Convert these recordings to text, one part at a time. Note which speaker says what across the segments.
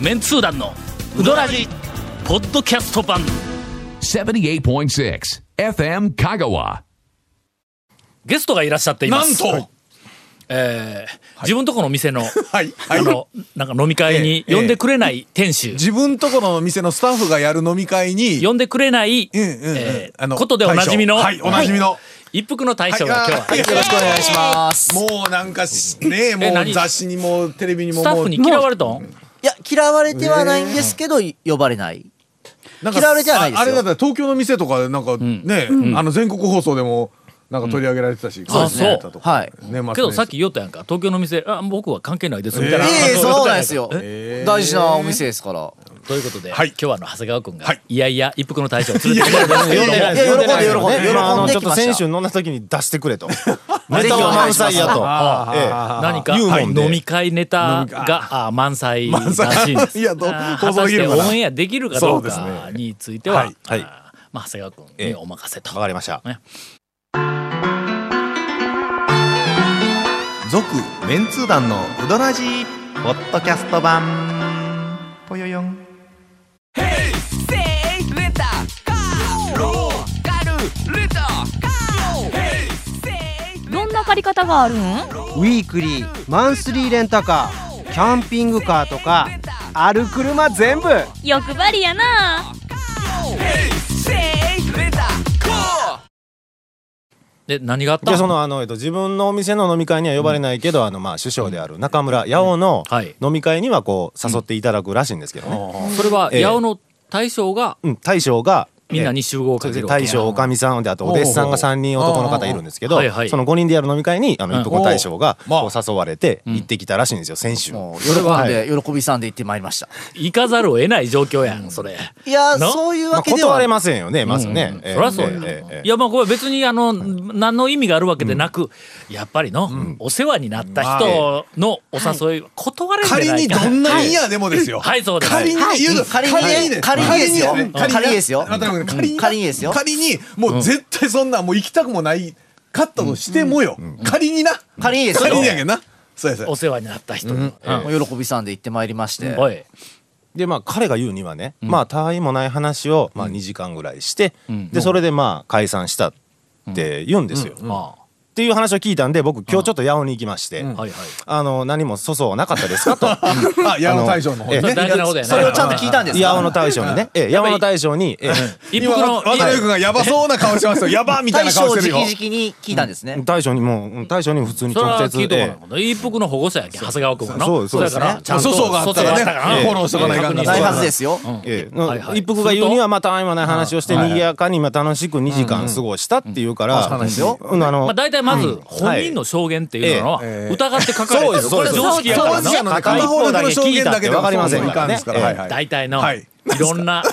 Speaker 1: メンツー団のウドラジポッドキャスト版
Speaker 2: 78.6 FM Kagawa.
Speaker 1: ゲストがいらっしゃっていま
Speaker 3: なん
Speaker 1: す
Speaker 3: と、
Speaker 1: えー自分とこの店の、
Speaker 3: はいはい
Speaker 1: あのなんか飲み会に
Speaker 3: ええ
Speaker 1: 呼んでくれない店主、
Speaker 3: 自分とこの店のスタッフがやる飲み会に、
Speaker 1: 呼んでくれない、
Speaker 3: うんうんうん
Speaker 1: えー
Speaker 3: あの
Speaker 1: ことでおなじみの、
Speaker 3: 大将はいおなじみの
Speaker 1: 一服の大将が今日は、
Speaker 3: はい
Speaker 4: よろしくお願いします。
Speaker 3: もうなんかし ねえ、も
Speaker 1: 何
Speaker 3: う雑誌にもテレビにも
Speaker 1: スタ
Speaker 3: も
Speaker 1: ッ
Speaker 3: う
Speaker 1: フに嫌われたん
Speaker 4: いや、嫌われてはないんですけど、呼ばれない。
Speaker 3: なんか
Speaker 4: 嫌われてはないですよ
Speaker 3: ああれだったら東京の店とかでなんかねえ、あの全国放送でもなんか取り上げられてたし、
Speaker 1: そうですね
Speaker 3: やったとか
Speaker 4: はい
Speaker 3: 年末年始
Speaker 1: けどさっき言おったやんか東京の店あ僕は関係ないですみたいな、
Speaker 4: ええ
Speaker 1: あ
Speaker 4: そ
Speaker 1: の
Speaker 4: んなことないですよ
Speaker 3: え。
Speaker 4: 大事なお店ですから。
Speaker 1: ということで、
Speaker 3: はい
Speaker 1: 今日はあの長谷川君が、
Speaker 3: はいい、
Speaker 1: やいや一服の大将を連れてきてくれたんですけども
Speaker 4: いや喜んで喜んで喜んで
Speaker 5: 今あのち
Speaker 4: 喜
Speaker 5: ょ
Speaker 4: んでき
Speaker 5: っと
Speaker 4: ました
Speaker 5: 選手飲んだ時に出してくれとネタは満載やとえ
Speaker 1: 何か
Speaker 5: 言うもんで
Speaker 1: 飲み会ネタがあ満載らしいんです。
Speaker 3: いやどう
Speaker 1: あー
Speaker 3: 放
Speaker 1: 果
Speaker 3: 送
Speaker 1: た
Speaker 3: で
Speaker 1: し
Speaker 3: き
Speaker 1: て
Speaker 3: る
Speaker 1: オ
Speaker 3: かな
Speaker 1: ンエアできるかどう
Speaker 3: そう
Speaker 1: か
Speaker 3: です
Speaker 1: については、
Speaker 5: はいはい
Speaker 1: あーまあ長谷川君
Speaker 5: え
Speaker 1: に
Speaker 5: え
Speaker 1: お任せ
Speaker 5: え
Speaker 1: と。
Speaker 5: わかりました
Speaker 6: 続メンツー団のウドラジーポッドキャスト版ぽよよん
Speaker 7: どんな借り方があるん
Speaker 8: ウィークリーマンスリーレンタカーキャンピングカーとかある車全部
Speaker 7: 欲張りやな
Speaker 1: で何があった
Speaker 5: でそのあの、えっと、自分のお店の飲み会には呼ばれないけど、あのまあ首相である中村八尾の
Speaker 1: はい
Speaker 5: 飲み会にはこう誘っていただくらしいんですけどね、
Speaker 1: それは
Speaker 5: ええ
Speaker 1: 八尾の大将が
Speaker 5: うん、大将が
Speaker 1: みんな
Speaker 5: え
Speaker 1: に集合を
Speaker 5: そ
Speaker 1: かけ
Speaker 5: れで
Speaker 1: るわけ
Speaker 5: 大
Speaker 1: や
Speaker 5: 将おかみさんであとお弟子さんが3人男の方いるんですけど、
Speaker 1: はいはい
Speaker 5: その5人でやる飲み会にあ
Speaker 1: う
Speaker 5: の
Speaker 1: ん
Speaker 5: 一服の大将が
Speaker 3: まあ
Speaker 5: こう誘われて行ってきたらしいんですよ先週、
Speaker 4: もう喜んで、喜びさんで行ってまいりました。
Speaker 1: 行かざるを得ない状況やんそれ。
Speaker 4: いや、
Speaker 1: な
Speaker 4: そういう
Speaker 5: ま
Speaker 4: わ
Speaker 5: あ、
Speaker 4: けでは
Speaker 5: 断れ。ませんよねまずね、ええ
Speaker 1: そりゃそうや、
Speaker 5: ええええ
Speaker 1: いやまあこれは別にあの、何の意味があるわけでなく、やっぱりの、お世話になった人のお誘いは断れんじゃない
Speaker 3: 仮
Speaker 1: か
Speaker 3: にどんなに嫌でもですよ、
Speaker 1: はいそうです
Speaker 3: 仮に言うと、
Speaker 4: 仮にね仮にですよ
Speaker 3: 仮に
Speaker 4: 仮に
Speaker 3: 仮に
Speaker 4: ですよ
Speaker 3: またごめんなさい仮に
Speaker 4: 仮にですよ
Speaker 3: 仮にもう絶対そんなもう行きたくもないかったとしてもよ、仮にな
Speaker 4: 仮にですよ
Speaker 3: 仮にやけんなそうやそうや
Speaker 1: お世話になった人の、うん
Speaker 4: もう喜びさんで行ってまいりまして。
Speaker 1: おい
Speaker 5: でまあ彼が言うにはね、まあたわいもない話をまあ2時間ぐらいして、でそれでまあ解散したって言うんですよ。っ
Speaker 1: あ
Speaker 5: ていう話を聞いたんで僕今日ちょっと八尾に行きまして、
Speaker 1: あはいはい
Speaker 5: あの何も粗相はなかったですか と
Speaker 3: あ八尾大将の方ね
Speaker 5: あの
Speaker 1: それ大事なことやね
Speaker 4: それをちゃんと聞いたんです
Speaker 5: 八尾の
Speaker 4: か
Speaker 5: 大将にね、ええ、八尾の大将に、え
Speaker 1: 一
Speaker 3: 今
Speaker 1: 服の
Speaker 3: 渡辺君がやばそうな顔してますよやばみたい
Speaker 4: 大
Speaker 3: な顔
Speaker 4: 将
Speaker 3: して
Speaker 4: 直
Speaker 3: るよ
Speaker 4: 々に聞いたんです
Speaker 5: え、
Speaker 4: ね。
Speaker 5: 大将にもううん大将に普通に
Speaker 1: それは
Speaker 5: 直接
Speaker 1: 聞いとこな
Speaker 5: え
Speaker 1: いもんね一服の保護者やけん長谷川君はな
Speaker 5: そうそうです
Speaker 1: だからちゃんと
Speaker 3: 粗相があったらねフォローしとかないかん
Speaker 1: 確
Speaker 3: な
Speaker 1: 認
Speaker 4: ない
Speaker 1: て
Speaker 4: はずですよ。
Speaker 5: えええ
Speaker 1: はいはい
Speaker 5: 一服が言うにはまあたわいもない話をして賑やかにまあ楽しく2時間過ごしたっていうから、うんうんあの
Speaker 1: まあ、大体まず本人の証言っていうのは
Speaker 3: ええ
Speaker 1: 疑ってかかるやつ
Speaker 5: そう
Speaker 1: こ
Speaker 5: で
Speaker 1: れ
Speaker 5: す
Speaker 1: 常識やからな
Speaker 3: 当事者のね片方だけ証言だけではそうもいかんですから、
Speaker 5: ええ
Speaker 3: はいはい
Speaker 1: 大体の
Speaker 3: はい
Speaker 1: いろんな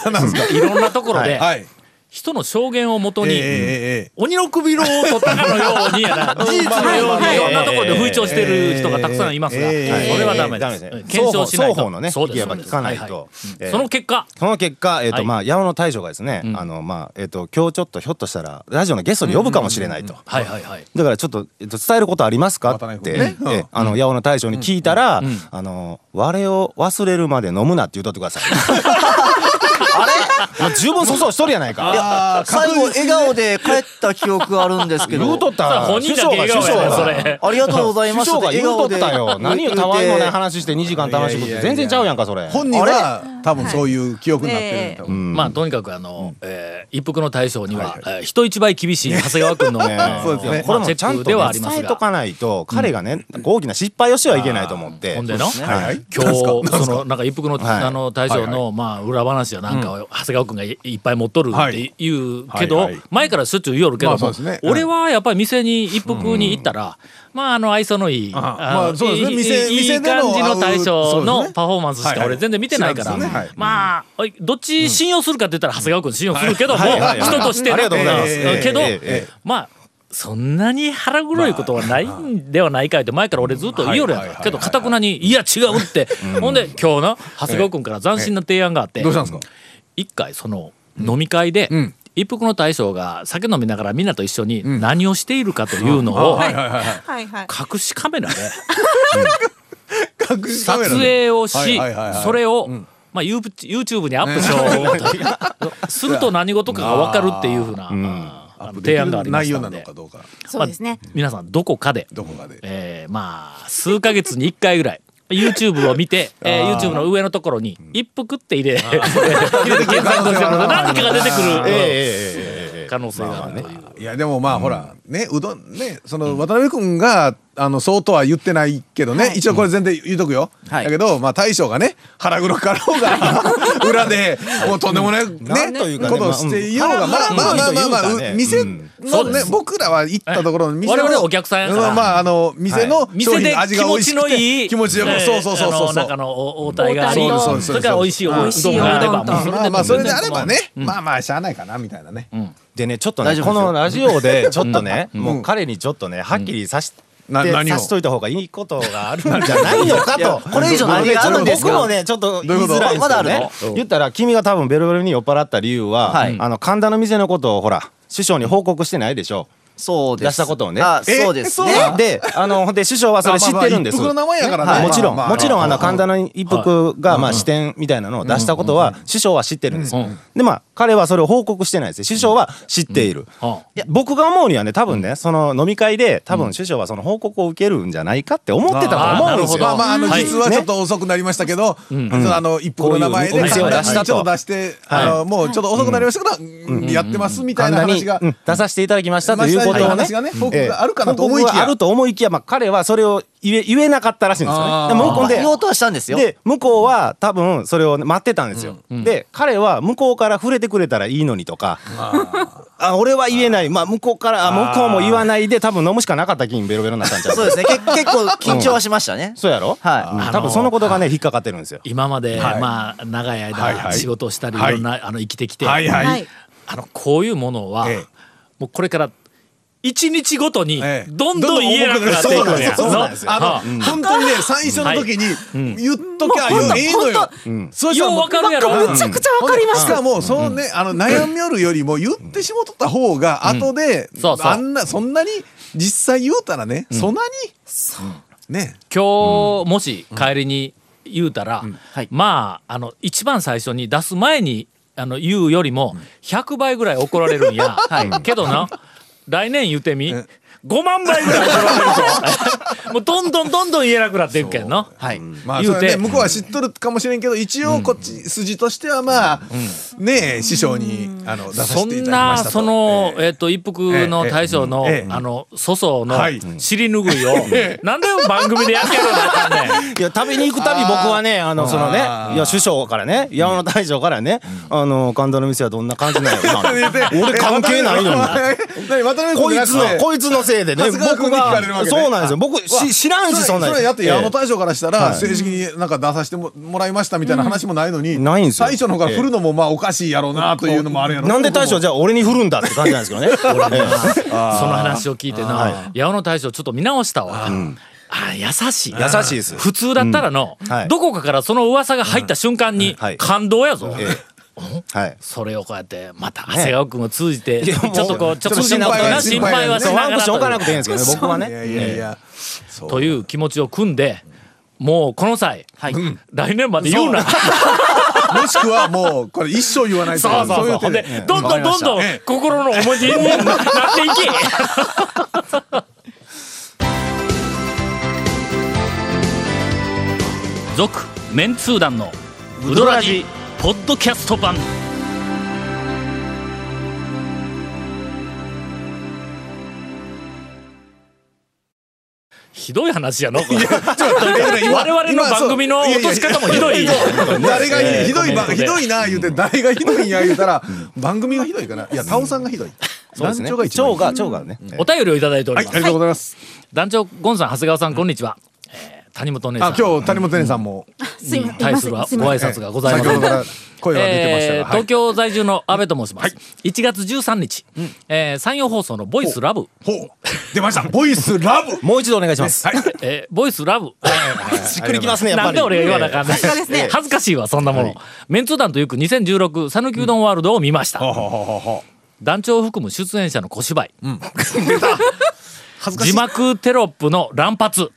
Speaker 1: いろんなところで
Speaker 3: はい
Speaker 1: 人の証言をもと
Speaker 3: えええ
Speaker 1: に
Speaker 3: えええ
Speaker 1: 鬼の首を取ったかのようにや な事実のようにいろんなところで吹聴してる人がたくさんいますがそ
Speaker 3: ええええ
Speaker 1: れはダメ
Speaker 5: ダ
Speaker 1: で
Speaker 5: メ
Speaker 1: す
Speaker 5: ですね
Speaker 1: 検証しないと
Speaker 5: 双方双方のね
Speaker 1: そうです
Speaker 5: 意見は聞かないと
Speaker 1: はいはい
Speaker 5: ええ
Speaker 1: その結果
Speaker 5: その結果、えっ、と、
Speaker 1: はい
Speaker 5: まあ、八尾の大将がですね、あの、まあ、えっ、と、今日ちょっとひょっとしたら、ラジオのゲストに呼ぶかもしれないと。
Speaker 1: はいはいはい
Speaker 5: だからちょっと、えっと、伝えることありますか
Speaker 3: 渡辺
Speaker 5: っ
Speaker 3: 君
Speaker 5: て、
Speaker 3: ね
Speaker 5: ええあの八尾の大将に聞いたら「あの我を忘れるまで飲むな」って言うとってください。 あれもう十分粗相しとるやないか。
Speaker 3: あー
Speaker 4: 最後、笑顔で帰った記憶があるんですけど。
Speaker 5: 言うとっ
Speaker 1: さあ
Speaker 5: た
Speaker 1: 本人だけ笑顔やねそれ
Speaker 4: ありがとうございま
Speaker 5: 首
Speaker 4: す。
Speaker 5: 相が言うとったよ。何よたわいもない話して2時間楽し
Speaker 3: い
Speaker 5: くっ
Speaker 3: やいやい
Speaker 5: て
Speaker 3: や
Speaker 5: 全然ちゃうやんかそれ。
Speaker 3: 本人は多分そういう記憶になってるんだと思う
Speaker 1: まあとにかくあの、えー一服の大将には、えー人一倍厳しい長谷川君 の、えー
Speaker 3: そうですね
Speaker 1: まあ
Speaker 5: これもちゃ
Speaker 1: チェッ
Speaker 5: ん
Speaker 1: ク
Speaker 5: と
Speaker 1: で
Speaker 5: ね
Speaker 1: はあります
Speaker 5: 伝えと
Speaker 1: が。
Speaker 5: かないと彼がね大きな失敗をしてはいけないと思って。
Speaker 1: ほんで の、
Speaker 5: はいはい
Speaker 1: 今日そのなんか一服の,、
Speaker 5: はい
Speaker 1: あの大将の、まあ裏話やなんかを、長谷川君がいいっぱい持っとる
Speaker 3: は
Speaker 1: っ
Speaker 3: い
Speaker 1: て言うけど、
Speaker 3: はいはい
Speaker 1: 前からしょっちゅう言おるけども、
Speaker 3: まあそうですね
Speaker 1: 俺はやっぱり店に一服に行ったら、まああの愛想のいい、の
Speaker 3: あまあそうですね
Speaker 1: いい
Speaker 3: 店
Speaker 1: いい
Speaker 3: 店での
Speaker 1: 感じの大
Speaker 3: そ
Speaker 1: 将
Speaker 3: うです
Speaker 1: の
Speaker 3: ね
Speaker 1: パフォーマンスし
Speaker 3: はい
Speaker 1: か
Speaker 3: はい
Speaker 1: 俺全然見てないから、
Speaker 3: そうですねはい
Speaker 1: まあおいどっち信用するかって言ったら長谷川君信用するけども、
Speaker 5: はいはいはい
Speaker 1: 人として
Speaker 5: ありがとうございます
Speaker 1: えーけど、
Speaker 5: えーえーえ
Speaker 1: まあそんなに腹黒いことはないんではないかいって前から俺ずっと言いよるやんかけどかたくなに「いや違う」ってほんで今日な長谷川君から斬新な提案があって
Speaker 3: どうしたんですか
Speaker 1: 一回その飲み会で
Speaker 3: ん
Speaker 1: 一服の大将が酒飲みながらみんなと一緒に何をしているかというのを
Speaker 3: はいはいはい
Speaker 9: はいはい。
Speaker 1: 隠しカメラで撮影をし
Speaker 3: はいはいはいはい
Speaker 1: それを、まあ、ユーチ YouTube にアップしようとすると何事かが分かるっていうふうな、あの提案がありま
Speaker 3: 内
Speaker 1: し
Speaker 3: 容
Speaker 1: た
Speaker 3: な
Speaker 1: の
Speaker 3: の
Speaker 1: で
Speaker 3: かどうか
Speaker 9: そうですね。
Speaker 1: 皆さんどこかで、
Speaker 3: どこかで
Speaker 1: えーまあ数ヶ月に1回ぐらい YouTube を見て、えー YouTube の上のところに一服って入れ入れて検索をしてると何かが出てくる、うん可能性があるという。
Speaker 3: いやでもまあほらねうどんねその渡辺君があのそうとは言ってないけどね一応これ全然言うとくよ
Speaker 4: はい
Speaker 3: だけどまあ大将がね腹黒かろうが 裏でもうとんでもない
Speaker 5: な
Speaker 3: ね
Speaker 5: んというかね
Speaker 3: ことをしていようがま
Speaker 5: まあ
Speaker 3: あまあまあまあまあ
Speaker 5: 腹黒いというかね
Speaker 3: う店
Speaker 1: そ
Speaker 3: の
Speaker 1: う
Speaker 3: ね
Speaker 1: です
Speaker 3: 僕らは行ったところの店の
Speaker 1: 我々お客さんやから
Speaker 3: うまああの店の
Speaker 1: 店
Speaker 3: 商品
Speaker 1: で
Speaker 3: の味
Speaker 1: 気
Speaker 3: が美
Speaker 1: 持
Speaker 3: 味し
Speaker 1: ち
Speaker 3: く
Speaker 1: の
Speaker 3: て
Speaker 1: いい、
Speaker 3: 気持ちよ
Speaker 1: え
Speaker 3: く
Speaker 1: ー
Speaker 3: そうそうそうそう
Speaker 1: あの中のお応対があり
Speaker 9: 応対と
Speaker 1: そうですそうですそれから美味しいおう
Speaker 9: 美
Speaker 1: ど
Speaker 9: 味しい
Speaker 1: んがあれば
Speaker 9: うどん
Speaker 1: もうそれ
Speaker 9: と
Speaker 3: ま
Speaker 1: で
Speaker 3: あまあそれであれ
Speaker 1: も
Speaker 3: ば
Speaker 1: う
Speaker 3: ねまあまあしゃあないかなみたいなね
Speaker 5: でねちょっと
Speaker 4: 大
Speaker 5: ね
Speaker 4: 丈夫で
Speaker 5: こ
Speaker 4: すよ
Speaker 5: のラジオでちょっとね、もう彼にちょっとねはっきりさし、
Speaker 3: な
Speaker 5: で
Speaker 3: 何を
Speaker 5: さしといた方がいいことがあるんじゃないのかと
Speaker 4: これ以上何があるんですか
Speaker 5: 僕もねちょっと
Speaker 3: どう
Speaker 5: 言
Speaker 3: い
Speaker 5: いう
Speaker 3: こと
Speaker 5: づらいんです
Speaker 4: まだあ
Speaker 5: よ
Speaker 4: るの
Speaker 5: ね言ったら君が多分ベロベロに酔っ払った理由は、
Speaker 4: はい
Speaker 5: あの神田の店のことをほら師匠に報告してないでしょ
Speaker 4: そうです。
Speaker 5: 出したことをね
Speaker 4: あ、そうですね。
Speaker 5: であのほんで師匠はそれ知ってるんです、
Speaker 3: まあまあ一服の名前やからね
Speaker 5: はい
Speaker 3: まあ
Speaker 5: もちろん、
Speaker 3: まあ
Speaker 5: もちろんあの神田の一服がまあ支店みたいなのを出したことは師匠は知ってるんですよ、でまあ彼はそれを報告してないですよ師匠は知っている、
Speaker 1: うんうん
Speaker 5: いや僕が思うにはね多分ねその飲み会で多分師匠はその報告を受けるんじゃないかって思ってたと思うんですよ
Speaker 3: まあまああの
Speaker 1: はい
Speaker 3: 実はちょっと遅くなりましたけど、そのあの一服の名前
Speaker 5: こ
Speaker 3: で
Speaker 5: ういうお店を出したと
Speaker 3: ちょっと出して、あのもうちょっと遅くなりましたけど、やってますみたい
Speaker 5: 神
Speaker 3: な
Speaker 5: 田に
Speaker 3: 話が、
Speaker 5: うん出させていただきましたと
Speaker 3: まあ
Speaker 5: いうことをね
Speaker 3: 話がね、報
Speaker 5: え
Speaker 3: 告
Speaker 5: え
Speaker 3: があるかなと思い
Speaker 5: 報
Speaker 3: き
Speaker 5: 告があ
Speaker 3: や
Speaker 5: る、と思いきや、まあ、彼はそれを言え言えなかったらしいんですよ
Speaker 3: あー
Speaker 5: ね。でも
Speaker 4: ま
Speaker 5: ほ
Speaker 4: あ
Speaker 5: んで
Speaker 4: 言おうとはしたんですよ。
Speaker 5: で向こうは多分それをね待ってたんですよ、で彼は向こうから触れてくれたらいいのにとか あ俺は言えないまあ向こうからあ向こうも言わないで多分飲むしかなかった気にベロベロになったんちゃう
Speaker 4: そうですね。け結構緊張はしましたね。
Speaker 5: そうやろ、
Speaker 4: はい
Speaker 5: うん多分そのことがね引っかかってるんですよ
Speaker 1: 今まで、まあ長い間、
Speaker 3: はいはい
Speaker 1: 仕事をしたり、
Speaker 3: は
Speaker 1: い
Speaker 3: い
Speaker 1: ろんなあの生きてきて、
Speaker 3: はいはい、
Speaker 9: はい。
Speaker 1: あのこういうものは、
Speaker 3: ええ
Speaker 1: もうこれから一日ごとに
Speaker 3: ええ
Speaker 1: どんどん言えなくなっていくんや
Speaker 3: そうなんですよ
Speaker 1: の
Speaker 3: あの、
Speaker 1: うん
Speaker 3: 本当にね最初の時に言っときゃええのよ、そうしたら
Speaker 1: ようわかるやろ
Speaker 9: むちゃくちゃわかりま
Speaker 3: し
Speaker 9: す。
Speaker 3: かもそうね、あの悩みよるよりも言ってしもとった方が後で、
Speaker 1: そうそう
Speaker 3: あんなそんなに実際言うたらね、そんなにね
Speaker 1: 今日もし帰りに言うたら、
Speaker 4: はい
Speaker 1: まああの一番最初に出す前にあの言うよりも100倍ぐらい怒られるん や、けどな来年言うてみ5万倍ぐらい怒られるぞ もうどんどんどんどん言えなくなっていくけんの。
Speaker 4: はい。
Speaker 3: まあ
Speaker 1: 言う
Speaker 3: そ
Speaker 1: て
Speaker 3: れはね向こうは知っとるかもしれんけど一応こっち筋としてはまあねえ師匠にあの出さ
Speaker 1: そ
Speaker 3: せてい
Speaker 1: ん
Speaker 3: ただきま
Speaker 1: な
Speaker 3: したと
Speaker 1: そ の、え
Speaker 3: え
Speaker 1: っと一服の大将の、
Speaker 3: ええええ
Speaker 1: あの粗相の
Speaker 3: はい
Speaker 1: 尻拭いを、なんで番組でやってやろうなあかん ねん
Speaker 5: いや食べに行くたび僕はねあのそのね
Speaker 3: あー
Speaker 5: いや首相からね山の大将からね、あの神田の店はどんな感じなんやろな俺関係ない のに
Speaker 3: に渡辺
Speaker 5: こ
Speaker 3: 君
Speaker 5: い
Speaker 3: じゃな
Speaker 5: つ
Speaker 3: く
Speaker 5: の
Speaker 3: て
Speaker 5: こいつのせいでね
Speaker 3: 春日君
Speaker 5: 僕
Speaker 3: に聞かれるわ
Speaker 5: が
Speaker 3: けね
Speaker 5: そうなんですよ僕し知らんしそんな
Speaker 3: そ
Speaker 5: ん
Speaker 3: れやって矢野
Speaker 5: ええ
Speaker 3: 大将からしたら正式になんか出させてももらいましたみたいな話もないのに
Speaker 5: んないんですよ
Speaker 3: 大将の方が振るのもまあおかしいやろうなというのもあるやろ
Speaker 5: なんで大将
Speaker 3: じ
Speaker 5: じゃあ俺に振るんだって感じなんですけ どね。ええ
Speaker 1: その話を聞いてな八尾の大将ちょっと見直したわ。あ優しい
Speaker 5: 優しいです
Speaker 1: 普通だったらの、
Speaker 5: んはい
Speaker 1: どこかからその噂が入った瞬間に
Speaker 5: はい
Speaker 1: 感動やぞ、
Speaker 5: ええはい。
Speaker 1: それをこうやってまた長谷川君を通じて、ちょっとこうちょっと
Speaker 3: ちょっと
Speaker 1: 心
Speaker 3: 心配
Speaker 1: 配
Speaker 3: は
Speaker 1: な心配はしな
Speaker 5: そうワン
Speaker 1: が
Speaker 5: クッション置かな
Speaker 1: ら
Speaker 5: くていいんですけどね僕はいね。
Speaker 3: やいやいや
Speaker 1: という気持ちを組んでもうこの際、
Speaker 4: はい。
Speaker 1: 来年まで言うな
Speaker 3: もしくはもうこれ一生言わないと
Speaker 1: そうそうそう
Speaker 3: い
Speaker 1: ほ
Speaker 3: うん手
Speaker 1: で
Speaker 3: で
Speaker 1: どんどんどんどん心の思い出になっていき 続メンツー団のウドラジポッドキャスト版ひどい話やのこれ 我々の番組の落とし方もひどい
Speaker 3: 誰がいいひどいば
Speaker 1: コメント
Speaker 3: ひ
Speaker 1: で
Speaker 3: どいな言うて誰がひどいんや言うたら番組がひどいかないやタオさんがひどい
Speaker 5: そうですね。
Speaker 3: 団長が一番
Speaker 5: 長が長がね。
Speaker 1: お便りをいただいてお
Speaker 3: は
Speaker 1: り
Speaker 3: いあ
Speaker 1: ます
Speaker 3: りがとうございます
Speaker 1: 団長ゴンさん長谷川さんこんにちは、えー谷本姉さ
Speaker 3: あ
Speaker 1: ん
Speaker 3: 今日谷本姉さんも
Speaker 9: すいま
Speaker 1: に
Speaker 9: せん。
Speaker 1: 対するご
Speaker 9: すいま
Speaker 1: 挨
Speaker 9: せん。
Speaker 1: 拶がございま
Speaker 3: 先
Speaker 1: せ
Speaker 3: ほ
Speaker 1: ん
Speaker 3: どから声は出てました
Speaker 1: えー
Speaker 3: がはい
Speaker 1: 東京在住の阿部と申します、1月13日、えー山陽放送の「ボイスラブ
Speaker 3: ほう出ましたボイスラブ
Speaker 5: もう一度お願いします。
Speaker 1: えーボイスラブ、
Speaker 5: しっくりきますねやっぱ
Speaker 1: な
Speaker 5: り。
Speaker 1: んで俺が言わなあかんねん
Speaker 9: さすがですね
Speaker 1: 恥ずかしいわそんなもの、メンツー団と行く2016讃岐うどんワールドを見ました、団長を含む出演者の小芝居、
Speaker 3: 恥ずかし
Speaker 1: 字
Speaker 3: い
Speaker 1: 幕テロップの乱発、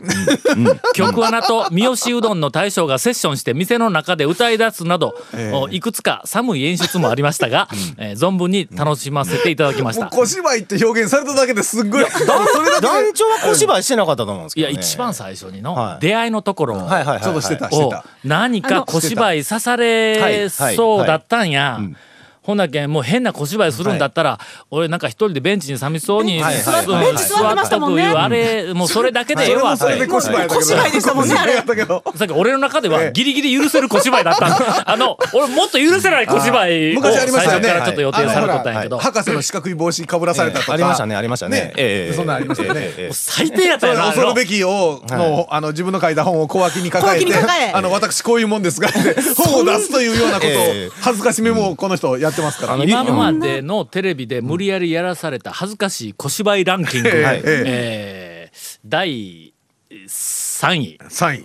Speaker 1: 曲穴と三好うどんの大将がセッションして店の中で歌い出すなど、おいくつか寒い演出もありましたが、えー存分に楽しませていただきまし
Speaker 3: もう
Speaker 1: た。
Speaker 3: 小芝居って表現されただけですっごいもうそれだけ
Speaker 5: 団長は小芝居してなかったと思うんです
Speaker 1: い
Speaker 5: けど、
Speaker 1: や
Speaker 5: ね、
Speaker 1: 一番最初に
Speaker 5: は
Speaker 1: の
Speaker 5: い
Speaker 1: 出会いのところを
Speaker 5: はいはいはいはい
Speaker 3: ちょっとしてたして
Speaker 1: を
Speaker 3: た
Speaker 1: 何か小芝居刺されそうだったんや。ほんだけんもう変な小芝居するんだったら、俺なんか一人でベンチに寂しそうに、
Speaker 5: はいはい
Speaker 1: うん
Speaker 5: ベン
Speaker 7: チ座ってましたもんね
Speaker 1: 座っとくいうあれもうそれだけでえ
Speaker 3: そ
Speaker 1: え
Speaker 3: れ
Speaker 1: わ
Speaker 3: もそれで小芝居だけど
Speaker 7: 小芝居でしたもんね
Speaker 3: 小芝居だったけど
Speaker 1: さっき俺の中では
Speaker 3: ええ
Speaker 1: ギリギリ許せる小芝居だった のあの俺もっと許せない小芝居を
Speaker 3: 昔あ
Speaker 1: 最
Speaker 3: りましたよ
Speaker 1: 初
Speaker 3: ね
Speaker 1: からちょっと予定されとったんやけど、
Speaker 3: あのほら博士の四角い帽子かぶらされたとか
Speaker 5: ありましたねありましたね
Speaker 3: ねそんなんありましたね
Speaker 5: ええ
Speaker 1: 最低やった
Speaker 3: そ
Speaker 1: よ
Speaker 3: う
Speaker 1: なあ
Speaker 3: 恐る
Speaker 1: の
Speaker 3: べきをのあの自分の書いた本を小脇に抱えて
Speaker 7: 小脇に抱え
Speaker 3: あの私こういうもんですが って本を出すというようなこと
Speaker 5: え
Speaker 3: を
Speaker 5: え
Speaker 3: 恥ずかしめもこの人やってますから
Speaker 5: あの
Speaker 1: 今までのテレビで無理やりやらされた恥ずかしい小芝居ランキング、
Speaker 3: えええ
Speaker 1: えー第3位
Speaker 3: 3位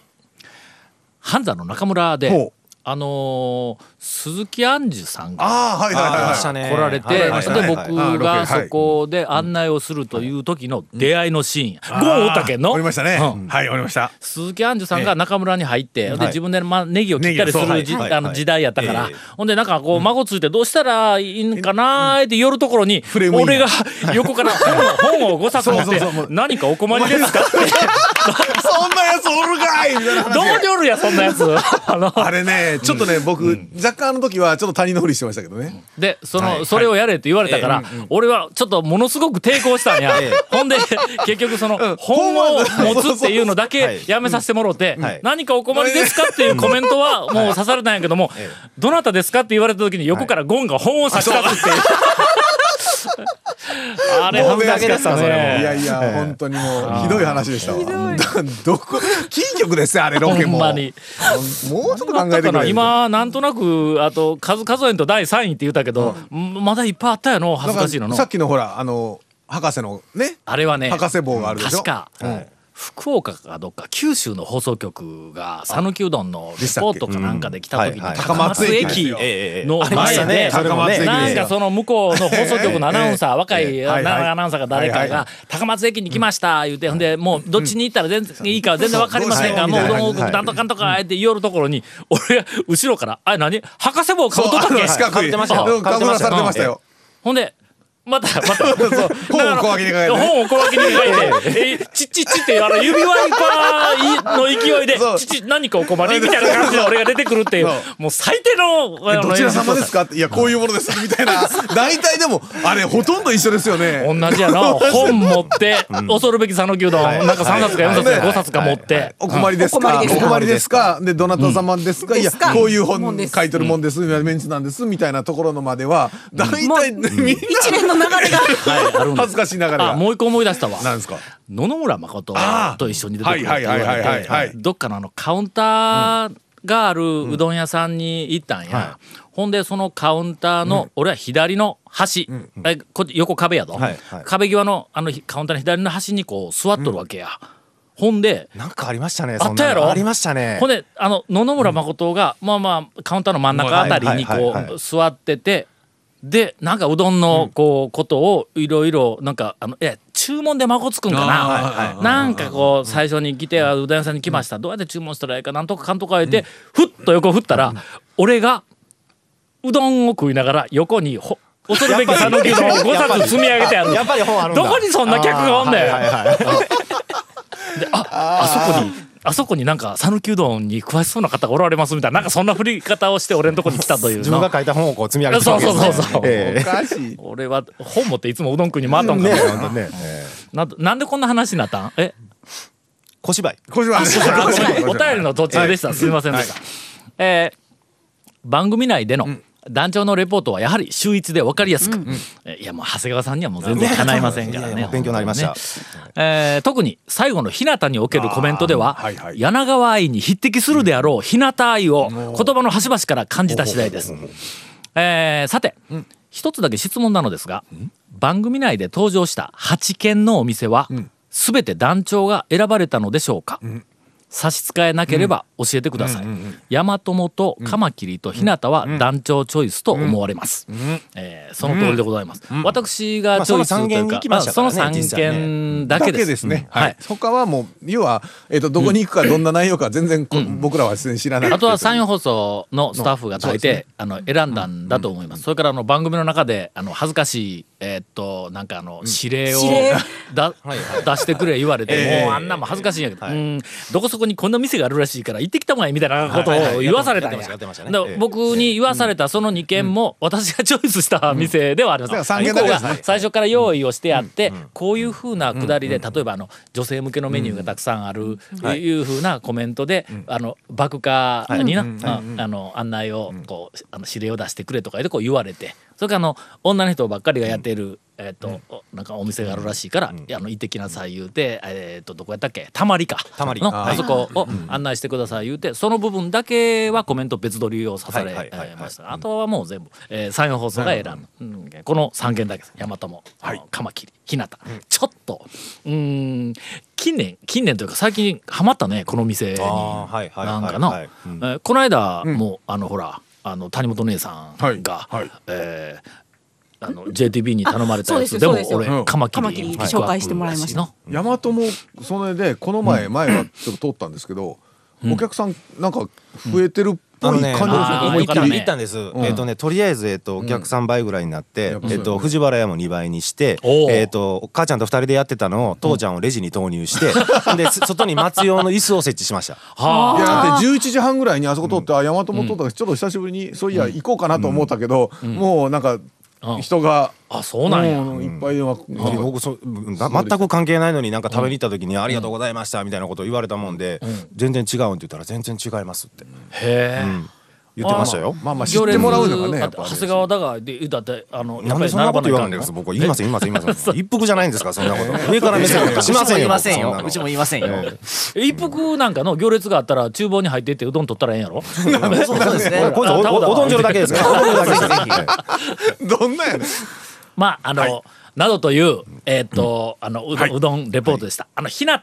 Speaker 1: 「ハンザの中村で」
Speaker 3: ほう
Speaker 1: あのー鈴木杏樹さんが
Speaker 3: ああはいはい
Speaker 5: ありま
Speaker 3: は
Speaker 5: し
Speaker 3: いは
Speaker 5: た
Speaker 3: い
Speaker 5: ね
Speaker 1: 来られ
Speaker 5: はい
Speaker 1: て、
Speaker 5: はい
Speaker 1: それで
Speaker 5: はい
Speaker 1: 僕
Speaker 5: はい
Speaker 1: が
Speaker 3: あーロケ
Speaker 1: そこで案内をするという時の出会いのシーン、ゴン大竹の
Speaker 3: おりましたね
Speaker 1: うん
Speaker 3: はいおりました
Speaker 1: 鈴木杏樹さんが中村に入って、で
Speaker 5: はい
Speaker 1: 自分で、まあ、ネギを切ったりす
Speaker 3: ネギ
Speaker 1: る
Speaker 3: をそう
Speaker 1: じ、
Speaker 5: はい
Speaker 1: あの
Speaker 5: はい
Speaker 1: 時代やったから、
Speaker 5: ええ
Speaker 1: ほんでなんかこう孫ついてどうしたらいいんかなーって寄るところに、
Speaker 3: レームイン
Speaker 1: 俺が 横 から本を本を5冊持っ
Speaker 3: そう
Speaker 1: て
Speaker 3: そうそうもう
Speaker 1: 何かお困りですかって
Speaker 3: そんなやつおるかいみたいな話
Speaker 1: どうにおるやそんな やつあの
Speaker 3: あれねちょっとね僕若干あの時はちょっと他人のふりしてましたけどね
Speaker 1: でその、それをやれって言われたから、俺はちょっとものすごく抵抗したんや、ほんで 結局その本を持つっていうのだ
Speaker 5: は
Speaker 1: け
Speaker 5: い
Speaker 1: やめさせてもろて、
Speaker 5: はい
Speaker 1: 何かお困りですかっていうコメントはもう刺されたんやけども、どなたですかって言われた時に横からゴンが本を差し出すっていう。 あれ
Speaker 3: もう
Speaker 1: 恥ずかしかった
Speaker 5: それも
Speaker 3: いや
Speaker 1: ね。
Speaker 3: いや本当にもうひどい話でしたわどこ金曲ですよあれロ
Speaker 1: ほ
Speaker 3: ケ
Speaker 1: ん
Speaker 3: も
Speaker 1: まに。
Speaker 3: もうちょっと考えて
Speaker 1: だ
Speaker 3: く
Speaker 1: から
Speaker 3: れ
Speaker 1: 今なんとなくあと数数えんと第3位って言ったけど、まだいっぱいあったやの恥ずかしいの
Speaker 3: だ
Speaker 1: の
Speaker 3: らさっきのほらあの博士のね
Speaker 1: あれはね
Speaker 3: 博士帽があるでしょ
Speaker 1: 確か、福岡かどっか九州の放送局が讃岐うどんのリポートかなんかで来た時に
Speaker 5: うんはいはい
Speaker 1: 高松駅
Speaker 3: 高松駅
Speaker 5: ええ
Speaker 1: の
Speaker 5: ありました
Speaker 1: 前
Speaker 5: ね
Speaker 1: で
Speaker 5: それもね
Speaker 1: なんかその向こうの放送局のアナウンサー若い
Speaker 3: えはいはい
Speaker 1: アナウンサーが誰か
Speaker 3: はいは
Speaker 1: が「高松駅に来ました」言うてほんでもうどっちに行ったら全然いいか全然わかりませんが
Speaker 3: そう
Speaker 1: もううどん王
Speaker 3: どうしようみた
Speaker 1: 国な
Speaker 3: いな
Speaker 1: んとかんとかって言おるところに俺が後ろから「あれ何博士帽か
Speaker 3: そう
Speaker 1: ぶっとったっ
Speaker 3: あ
Speaker 1: け?
Speaker 3: の四」角い
Speaker 1: 被ってましたよ
Speaker 3: うんかぶらされてましたよ
Speaker 1: ほんで、また、 ま た、
Speaker 3: 本を小脇に抱えてね
Speaker 1: 本を小脇に抱 えて、えー、ちっちっちって、あの、指輪いっぱいの勢いで
Speaker 3: そ、う
Speaker 1: ちっち、何かお困りみたいな感じで俺が出てくるっていう
Speaker 3: そう、
Speaker 1: もう最低の、あの
Speaker 3: どちら様ですかっていやこういうものですみたいな大体でもあれほとんど一緒ですよね
Speaker 1: 同じやな、 本持って、恐るべき讃岐うどん、なんか3冊か4冊か5冊か持って、
Speaker 3: お困りです
Speaker 7: お
Speaker 3: か
Speaker 7: 困りです
Speaker 3: お困りですかでどなた様ですかいや
Speaker 7: ですか
Speaker 3: こういう
Speaker 7: もん
Speaker 3: 本
Speaker 7: です
Speaker 3: 書いてるもんですメンツなんですみたいなところのまでは大体みんな
Speaker 7: 一連の流れが
Speaker 3: 恥ずかしい流れ
Speaker 1: あ、
Speaker 3: が
Speaker 1: もう一個思い出したわ。
Speaker 3: なんですか
Speaker 1: 野々村誠と一緒に出てくるって
Speaker 3: あー
Speaker 1: 言われて
Speaker 3: はいはいはいはいはいはい
Speaker 1: どっかのあのカウンターがあるうどん屋さんに行ったんや、ほんでそのカウンターの、俺は左の端、えこっち横壁やぞ、
Speaker 5: はいはい
Speaker 1: 壁際のあのひカウンターの左の端にこう座っとるわけや、ほんで
Speaker 5: なんかありましたね
Speaker 1: あ
Speaker 5: そ
Speaker 1: っ
Speaker 5: ん
Speaker 1: た
Speaker 5: な
Speaker 1: や
Speaker 5: の
Speaker 1: ろ
Speaker 5: ありましたね
Speaker 1: ほんであの野々村誠が、まあまあカウンターの真ん中あたりに
Speaker 5: はい
Speaker 1: こ
Speaker 5: はいはいは
Speaker 1: う座っててでなんかうどんのこうことをいろいろなんかあのえ注文で孫つくんかな、なんかこう最初に来てうどん屋さんに来ましたどうやって注文したらいいかなんとかかんとか言って、ふっと横振ったら俺がうどんを食いながら横にほ恐るべき讃岐うどんを5冊積み上げてある
Speaker 5: やっぱり本あるんだ
Speaker 1: どこにそんな客がおんねん
Speaker 5: はいはいはい
Speaker 1: あそこに、あそこになんか、讃岐うどんに詳しそうな方がおられますみたいな、なんかそんな振り方をして俺のとこに来たという
Speaker 5: 自分が
Speaker 1: の。
Speaker 5: 書いた本をこう積み上げて
Speaker 1: そうそうそうそう
Speaker 5: ええ
Speaker 3: おかしい
Speaker 1: 俺は本持っていつもうどん食いに回ったんか
Speaker 5: ね
Speaker 1: な、
Speaker 5: ほんとねええ
Speaker 1: なんでなんでこんな話になったんえ
Speaker 5: 小芝居
Speaker 3: 小島
Speaker 1: あお便りの途中でした。すみませんでした。えー番組内での団長のレポートはやはり秀逸で分かりやすく、えいやもう長谷川さんにはもう全然かないませんから
Speaker 5: いやい
Speaker 1: ね
Speaker 5: や勉強になりました
Speaker 1: 本当にねえー特に最後の日向におけるコメントでは、柳川愛に匹敵するであろう日向愛を言葉の端々から感じた次第です、えーさて、一つだけ質問なのですが、番組内で登場した8軒のお店は、すべて団長が選ばれたのでしょうか、差し支えなければ教えてください。大和もとカマキリと日向は団長チョイスと思われます。えーその通りでございます。私がチョイスというか
Speaker 5: まあその三軒に行きましたからね
Speaker 1: あその3件だけです。
Speaker 3: ね。
Speaker 1: うんは
Speaker 3: はいい。。他はもう、要は、えっと、どこに行くか、どんな内容か、全然こ僕らは全然知らない。
Speaker 1: あとは山陽放送のスタッフが大
Speaker 3: そうです
Speaker 1: 抵、あの選んだんだと思います。それからあの番組の中であの恥ずかしいえーっとなんかあの指令を
Speaker 7: 指 令
Speaker 1: だ出してくれ言われ
Speaker 3: え
Speaker 1: て
Speaker 3: え
Speaker 1: もうあんなもん恥ずかしいんやけど、うんどこそこにこんな店があるらしいから行ってきたまえみたいなことを言わされたんや
Speaker 5: やってましたやってましたね
Speaker 1: だから僕に言わされたその2件も私がチョイスした店ではありません。
Speaker 3: だから三軒
Speaker 1: 向こう
Speaker 3: だ
Speaker 1: が
Speaker 3: けですね
Speaker 1: 最初から用意をしてあって、こういうふうなくだりで、例えばあの女性向けのメニューがたくさんあるというふうなコメントで、あの爆化にな、ああの案内をこう、あの指令を出してくれとかでこう言われてそれからあの女の人ばっかりがやっている、えっとおなんかお店があるらしいから、あの行ってきなさい言うて、えっとどこやったっけたまりか
Speaker 5: たまり
Speaker 1: の
Speaker 5: あ
Speaker 1: あそこを案内してください言うてその部分だけはコメント別撮りをさされ
Speaker 5: はいはいはいはい
Speaker 1: えーましたあとはもう全部、えー、山陽放送が選ぶ、うんこの3件だけです大和も、あのカマキリ日向、ちょっとうーん近年近年というか最近ハマったねこの店に
Speaker 5: あーはいはいは
Speaker 1: な
Speaker 5: いは
Speaker 1: ん
Speaker 5: い
Speaker 1: かな
Speaker 5: はいうん
Speaker 1: えーこの間もうあのほらあの谷本姉さんが、
Speaker 3: はいはい
Speaker 1: えーあの JTB に頼まれたやつ
Speaker 7: あそうですよ
Speaker 1: でも
Speaker 7: そうですよ
Speaker 1: 俺
Speaker 3: うん
Speaker 1: カマキリ
Speaker 7: カマキリ紹介してもらいました
Speaker 1: ピックアップしの
Speaker 3: 大和もそれでこの前前はちょっと通ったんですけど、お客さんなんか増えてるっぽい感じですね
Speaker 5: あのね
Speaker 1: あー
Speaker 3: 思いっき
Speaker 1: よか
Speaker 3: り
Speaker 1: ね
Speaker 5: 行ったんです、えっ、とねとりあえず、えっとお客3倍ぐらいになって、
Speaker 3: やっぱそう
Speaker 5: え
Speaker 3: や
Speaker 5: っ
Speaker 3: ね
Speaker 5: と藤原屋も2倍にして
Speaker 1: おー
Speaker 5: えっ、とお母ちゃんと2人でやってたのを父ちゃんをレジに投入して、です 外に松用の椅子を設置しました
Speaker 1: はあ
Speaker 3: いやだって11時半ぐらいにあそこ通って、あ大和も通ったからちょっと久しぶりにそういや行こうかなと思ったけど、もうなんか
Speaker 1: うん
Speaker 3: 人が、
Speaker 1: あそうなんや、
Speaker 3: うんいっぱいは、
Speaker 5: いや僕そうんな全く関係ないのになんか食べに行った時に「ありがとうございました」みたいなことを言われたもんで「全然違うん」って言ったら「全然違います」って
Speaker 1: へえ、
Speaker 5: 言ってましたよ。
Speaker 3: まあまあ知ってもらうのがね
Speaker 1: 行列
Speaker 3: やっぱ
Speaker 1: あ
Speaker 3: あれ
Speaker 1: 長
Speaker 3: です
Speaker 1: 谷川だがでだってあのや
Speaker 5: な
Speaker 1: っぱ
Speaker 5: んで
Speaker 1: り
Speaker 5: そんな
Speaker 1: 並ば
Speaker 5: こと
Speaker 1: ない
Speaker 5: 言
Speaker 1: か
Speaker 5: わん
Speaker 1: ん
Speaker 5: で
Speaker 1: の
Speaker 5: す僕言いません言いません言いません一服じゃないんですかそんなこと上から目線なんかし
Speaker 4: う
Speaker 5: ま
Speaker 4: ちも
Speaker 5: せん
Speaker 4: 言い
Speaker 5: よ
Speaker 4: ませんよ
Speaker 5: 僕
Speaker 4: うち
Speaker 5: そ
Speaker 4: も
Speaker 5: なの
Speaker 4: 言いませんよ
Speaker 1: 一服なんかの行列があったら厨房に入ってってうどん取ったらええんや ろ
Speaker 4: そうそうですね
Speaker 5: こいつお
Speaker 1: あタオルだ
Speaker 5: おおどんじょるだけですからおどんじょるだけですから
Speaker 3: どんなやねん
Speaker 1: まああの、などというえーっと、あのうど,、うどんレポートでした、あの日向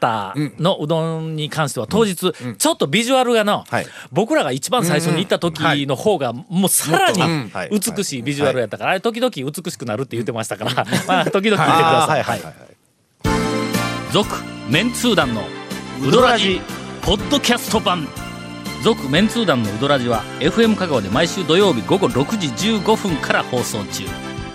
Speaker 1: のうどんに関しては当日、ちょっとビジュアルがの、
Speaker 5: はい
Speaker 1: 僕らが一番最初に行った時の方がもうさらに
Speaker 5: うんはい
Speaker 1: 美しいビジュアルやったから、あれ時々美しくなるって言ってましたから まあ時々見てくだ
Speaker 5: あー
Speaker 1: さ
Speaker 5: はいいはいはい
Speaker 1: 続メンツー団のウドラジポッドキャスト版続メンツー団のウドラジは FM 香川で毎週土曜日午後6時15分から放送中